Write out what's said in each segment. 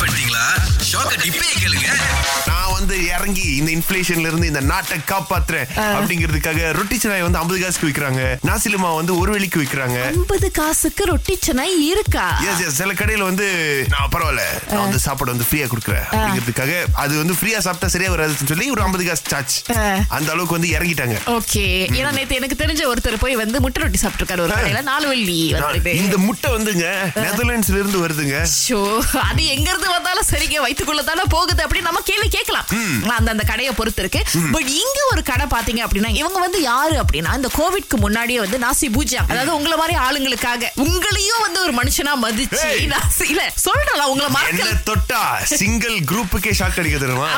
பண்ணிட்டீங்களா ஷாக்க டிப்பே கேளுங்க நான் வந்து இறங்கி இந்த இன்ஃபிளேஷன்ல இருந்து இந்த நாட்டை காப்பாத்துறேன் அப்படிங்கிறதுக்காக ரொட்டி சினாய் வந்து ஐம்பது காசுக்கு விற்கிறாங்க நாசிலுமா வந்து ஒரு வெள்ளிக்கு விற்கிறாங்க ஐம்பது காசுக்கு ரொட்டி சென்னை இருக்கா எஸ் எஸ் சில கடையில வந்து நான் பரவாயில்ல நான் வந்து சாப்பாடு வந்து ஃப்ரீயா கொடுக்குறேன் அப்படிங்கிறதுக்காக அது வந்து ஃப்ரீயா சாப்பிட்டா சரியா வராதுன்னு சொல்லி ஒரு ஐம்பது காசு சார்ஜ் ஆ. அந்த அளவுக்கு வந்து இறங்கிட்டாங்க ஓகே ஏன்னா நேத்து எனக்கு தெரிஞ்ச ஒருத்தர் போய் வந்து முட்டை ரொட்டி சாப்பிட்டிருக்காரு ஒரு கடையில நாலு வெள்ளி வந்துருக்கு இந்த முட்டை வந்துங்க நெதர்லாண்ட்ஸ்ல இருந்து வருதுங்க ஷோ அது எங்க இருந்து வந்தாலும் சரிங்க வயிற்றுக்குள்ளதான போகுது அப்படின்னு நம்ம கேள்வி கேட்கலாம் அந்த அந்த கடையை பொறுத்து இருக்கு பட் இங்க ஒரு கடை பாத்தீங்க அப்படின்னா இவங்க வந்து யாரு அப்படின்னா இந்த கோவிட்க்கு முன்னாடியே வந்து நாசி பூஜா அதாவது உங்களை மாதிரி ஆளுங்களுக்காக உங்களையும் வந்து ஒரு மனுஷனா மதிச்சு Hey. நாசி இல்ல சொல்லலாம் உங்களை என்ன மறக்க தொட்டா சிங்கிள் குரூப்புக்கே ஷாக் அடிக்க தருமா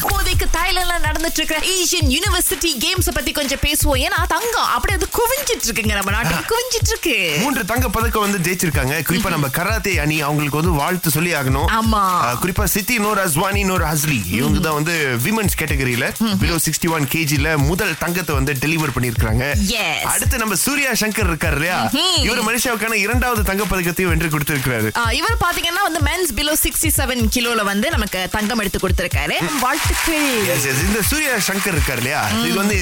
இப்போதைக்கு தாய்லாந்துல நடந்துட்டு இருக்கிற ஏசியன் யூனிவர்சிட்டி கேம்ஸ் பத்தி கொஞ்சம் பேசுவோம் ஏன்னா தங்கம் அப்படியே அது குவிஞ்சிட்டு இருக்குங்க நம்ம நாட்டுக்கு குவிஞ்சிட்டு இருக்கு மூன்று தங்க பதக்கம் வந்து ஜெயிச்சிருக்காங்க குறிப்பா நம்ம கராத்தே அணி அவங்களுக்கு வந்து வாழ்த்து சொல்லி ஆகணும் ஆமா. அஹ், குறிப்பா சித்தி நூர் அஸ்வானி நூர் ஹஸ்லி இவங்க தான் வந்து விமன்ஸ் கேட்டகரியில பிலோ சிக்ஸ்டி ஒன் கேஜில முதல் தங்கத்தை வந்து டெலிவர் பண்ணிருக்காங்க Yes. அடுத்து நம்ம சூர்யா சங்கர் இருக்காரு இல்லையா ம்ஹும். இவர் மலேசியாவுக்கான இரண்டாவது தங்க பதக்கத்தையும் வென்று கொடுத்திருக்கிறாரு ஆ, இவர் பாத்தீங்கன்னா வந்து மென்ஸ் பிலோ சிக்ஸ்டி செவன் கிலோல வந்து நமக்கு தங்கம் எடுத்து கொடுத்திருக்காரு வாழ்த்துக்கள் Yes, yes. இந்த சூர்யா சங்கர் இருக்காரு இல்லையா இது வந்து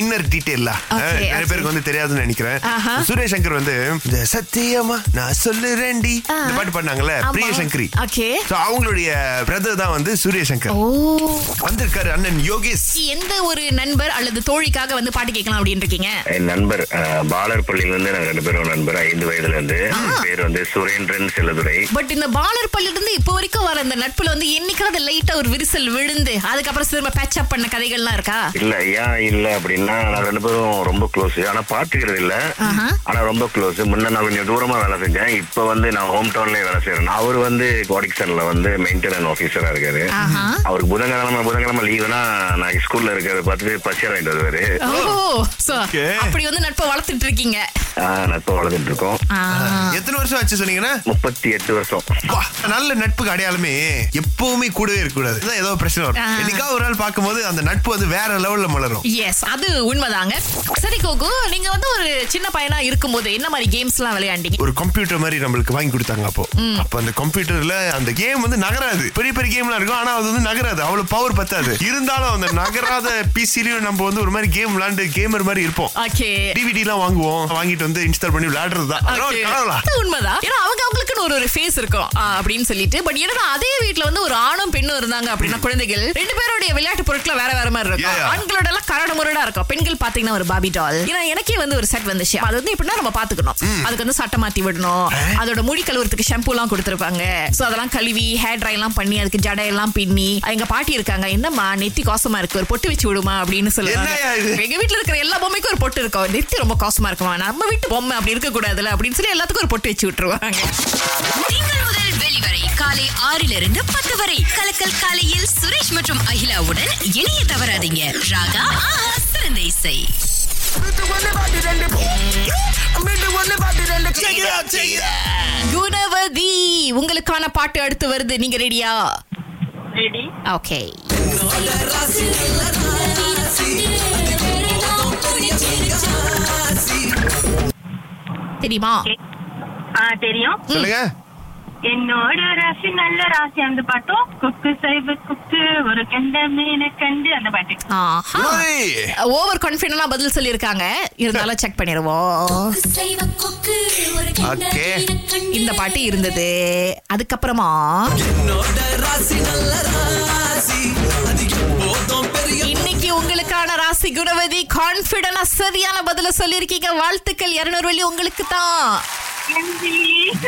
இன்னர் டீடைல் Okay, நிறைய okay. பேருக்கு வந்து தெரியாதுன்னு நினைக்கிறேன் ஆஹா. சூர்யா சங்கர் வந்து இந்த சத்தியமா நான் சொல்லுறேன்டி இந்த ஆஹா. பாட்டு பண்ணாங்கல்ல ஆமா. பிரிய சங்கரி Okay. So, அவங்களுடைய பிரதர் தான் வந்து சூர்யா சங்கர் ஓ வந்திருக்காரு அண்ணன் யோகேஷ் எந்த ஒரு நண்பர் அல்லது தோழிக்காக வந்து பாட்டு கேட்கலாம் அப்படின்னு இருக்கீங்க என் நண்பர் அஹ், பாலர் பள்ளியில இருந்து நாங்க ரெண்டு பேரும் நண்பர் ஐந்து வயதுல இருந்து பேர் வந்து சுரேந்திரன் செல்லதுரை பட் இந்த பாலர் பள்ளியில இருந்து இப்போ வரைக்கும் வர இந்த நட்புல வந்து என்னைக்காவது லைட்டா ஒரு விரிசல் விழுந்து அதுக்கப்புறம் திரும்ப பேட்ச் அப் பண்ண கதைகள்லாம் இருக்கா இல்ல ஏன் இல்ல அப்படின்னா நாங்க ரெண்டு பேரும் ரொம்ப க்ளோஸ் ஆனா பாத்துக்கிறது இல்ல ஆஹா. ஆனா ரொம்ப க்ளோஸ் முன்ன நான் கொஞ்சம் தூரமா வேலை செஞ்சேன் இப்ப வந்து நான் ஹோம் டவுன்லயே வேலை செய்யறேன் அவர் வந்து கோடிக்சன்ல வந்து மெயின்டெனன் ஆபீசரா இருக்காரு ஆஹா. அவருக்கு புதன்கிழமை புதன்கிழமை லீவுனா நான் ஸ்கூல்ல இருக்கிறத பார்த்துட்டு பச்சை வாங்கிட்டு வருவாரு ஓ சோ Okay. அப்படி வந்து நட்பை வளர்த்துட்டு இருக்கீங்க ஆஹ் நட்பு வளர்ந்துட்டு இருக்கோம் ஆ. எத்தனை வருஷம் ஆச்சு சொன்னீங்கன்னா முப்பத்தி எட்டு வருஷம் வா, நல்ல நட்புக்கு அடையாளமே எப்பவுமே கூடவே இருக்கக்கூடாது அதான் ஏதோ ஒரு பிரச்சனை வரும் ஆஹா. என்னைக்கா ஒரு நாள் பார்க்கும்போது அந்த நட்பு வந்து வேற லெவல்ல மலரும் எஸ் அது உண்மைதாங்க சரி கோகு நீங்க வந்து ஒரு சின்ன பையனா இருக்கும்போது என்ன மாதிரி கேம்ஸ் எல்லாம் விளையாண்டீங்க ஒரு கம்ப்யூட்டர் மாதிரி நம்மளுக்கு வாங்கி கொடுத்தாங்க அப்போ அப்ப அந்த கம்ப்யூட்டர்ல அந்த கேம் வந்து நகராது பெரிய பெரிய கேம்லாம் இருக்கும் ஆனா அது வந்து நகராது அவ்வளவு பவர் பத்தாது இருந்தாலும் அந்த நகராத பிசிலையும் நம்ம வந்து ஒரு மாதிரி கேம் விளையாண்டு கேமர் மாதிரி இருப்போம் ஓகே டிவிடி எல்லாம் வாங்குவோம் வாங்கிட்டு வந்து இன்ஸ்டால் பண்ணி விளையாடுறது தான் அதெல்லாம் ஒரு கனவுலாம். அது உண்மைதான் ஏன்னா அவங்க அவங்களுக்குன்னு ஒரு ஒரு ஃபேஸ் இருக்கும் ஆ, அப்படின்னு சொல்லிட்டு பட் என்னன்னா அதே வீட்ல வந்து ஒரு ஆணும் பெண்ணும் இருந்தாங்க அப்படின்னா குழந்தைகள் ரெண்டு பேருடைய விளையாட்டு பொருட்கள் வேற வேற மாதிரி இருக்கும் Yeah, yeah. ஆண்களோட எல்லாம் கரடு முரடா இருக்கும் பெண்கள் பாத்தீங்கன்னா ஒரு பாபி டால் ஏன்னா எனக்கே வந்து ஒரு செட் வந்துச்சு அது வந்து எப்படின்னா நம்ம பாத்துக்கணும் அதுக்கு வந்து சட்டை மாத்தி விடணும் அதோட முடி கழுவுறதுக்கு ஷாம்பு எல்லாம் கொடுத்துருப்பாங்க சோ அதெல்லாம் கழுவி ஹேர் ட்ரை எல்லாம் பண்ணி அதுக்கு ஜடை எல்லாம் பின்னி எங்க பாட்டி இருக்காங்க என்னம்மா நெத்தி கோசமா இருக்கு ஒரு பொட்டு வச்சு விடுமா அப்படின்னு என்னய்யா இது? சொல்லுவாங்க எங்க வீட்ல இருக்கிற எல்லா பொம்மைக்கும் ஒரு பொட்டு இருக்கும் நெத்தி ரொம்ப காசுமா இருக்குமா நம்ம வீட்டு பொம்மை அப்படி இருக்க கூடாதுல அப்படின்னு சொல்லி எல்லாத்துக்கும் ஒரு பொட்டு வச்சு விட்டுருவாங்க திங்கள் முதல் வெளிவரை காலை ஆறிலிருந்து பத்து வரை கலக்கல் காலையில் சுரேஷ் மற்றும் அகிலாவுடன் இணைய தவறாதீங்க ராகா ஆஹா சிறந்த இசை குணவதி உங்களுக்கான பாட்டு அடுத்து வருது நீங்க ரெடியா ரெடி ஓகே தெரியுமா ஆ தெரியும் சொல்லுங்க என்னோட ராசி நல்ல ராசி அந்த பாட்டும் குக்கு சைபு குக்கு ஒரு கண்ட மீன கண்டு அந்த பாட்டு ஆஹா ஒய். ஓவர் கான்பிடனா பதில் சொல்லியிருக்காங்க இருந்தாலும் செக் பண்ணிடுவோம் ஓகே இந்த பாட்டு இருந்தது அதுக்கப்புறமா இன்னைக்கு உங்களுக்கான ராசி குணவதி கான்பிடனா சரியான பதில சொல்லியிருக்கீங்க வாழ்த்துக்கள் இருநூறு வழி உங்களுக்கு தான் நன்றி.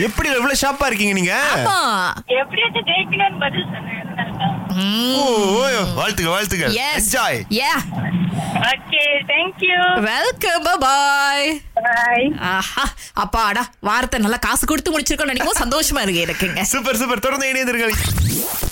எப்படி எவ்வளவு ஷாப்பா இருக்கீங்க நீங்க ஆமா. எப்படி அது கேட்கணும்னு பதில் சொன்னேன் ஓ, ம். ஓய், வாழ்த்துக்கள் வாழ்த்துக்கள் Yes. Enjoy Yeah. Okay thank you Welcome. Bye-bye. Bye ஆஹா அப்பாடா வாரத்தை நல்லா காசு கொடுத்து முடிச்சிருக்கோம் நினைக்கும் போது சந்தோஷமா இருக்கு எனக்குங்க சூப்பர் சூப்பர் தொடர்ந்து இணைந்திருங்கள்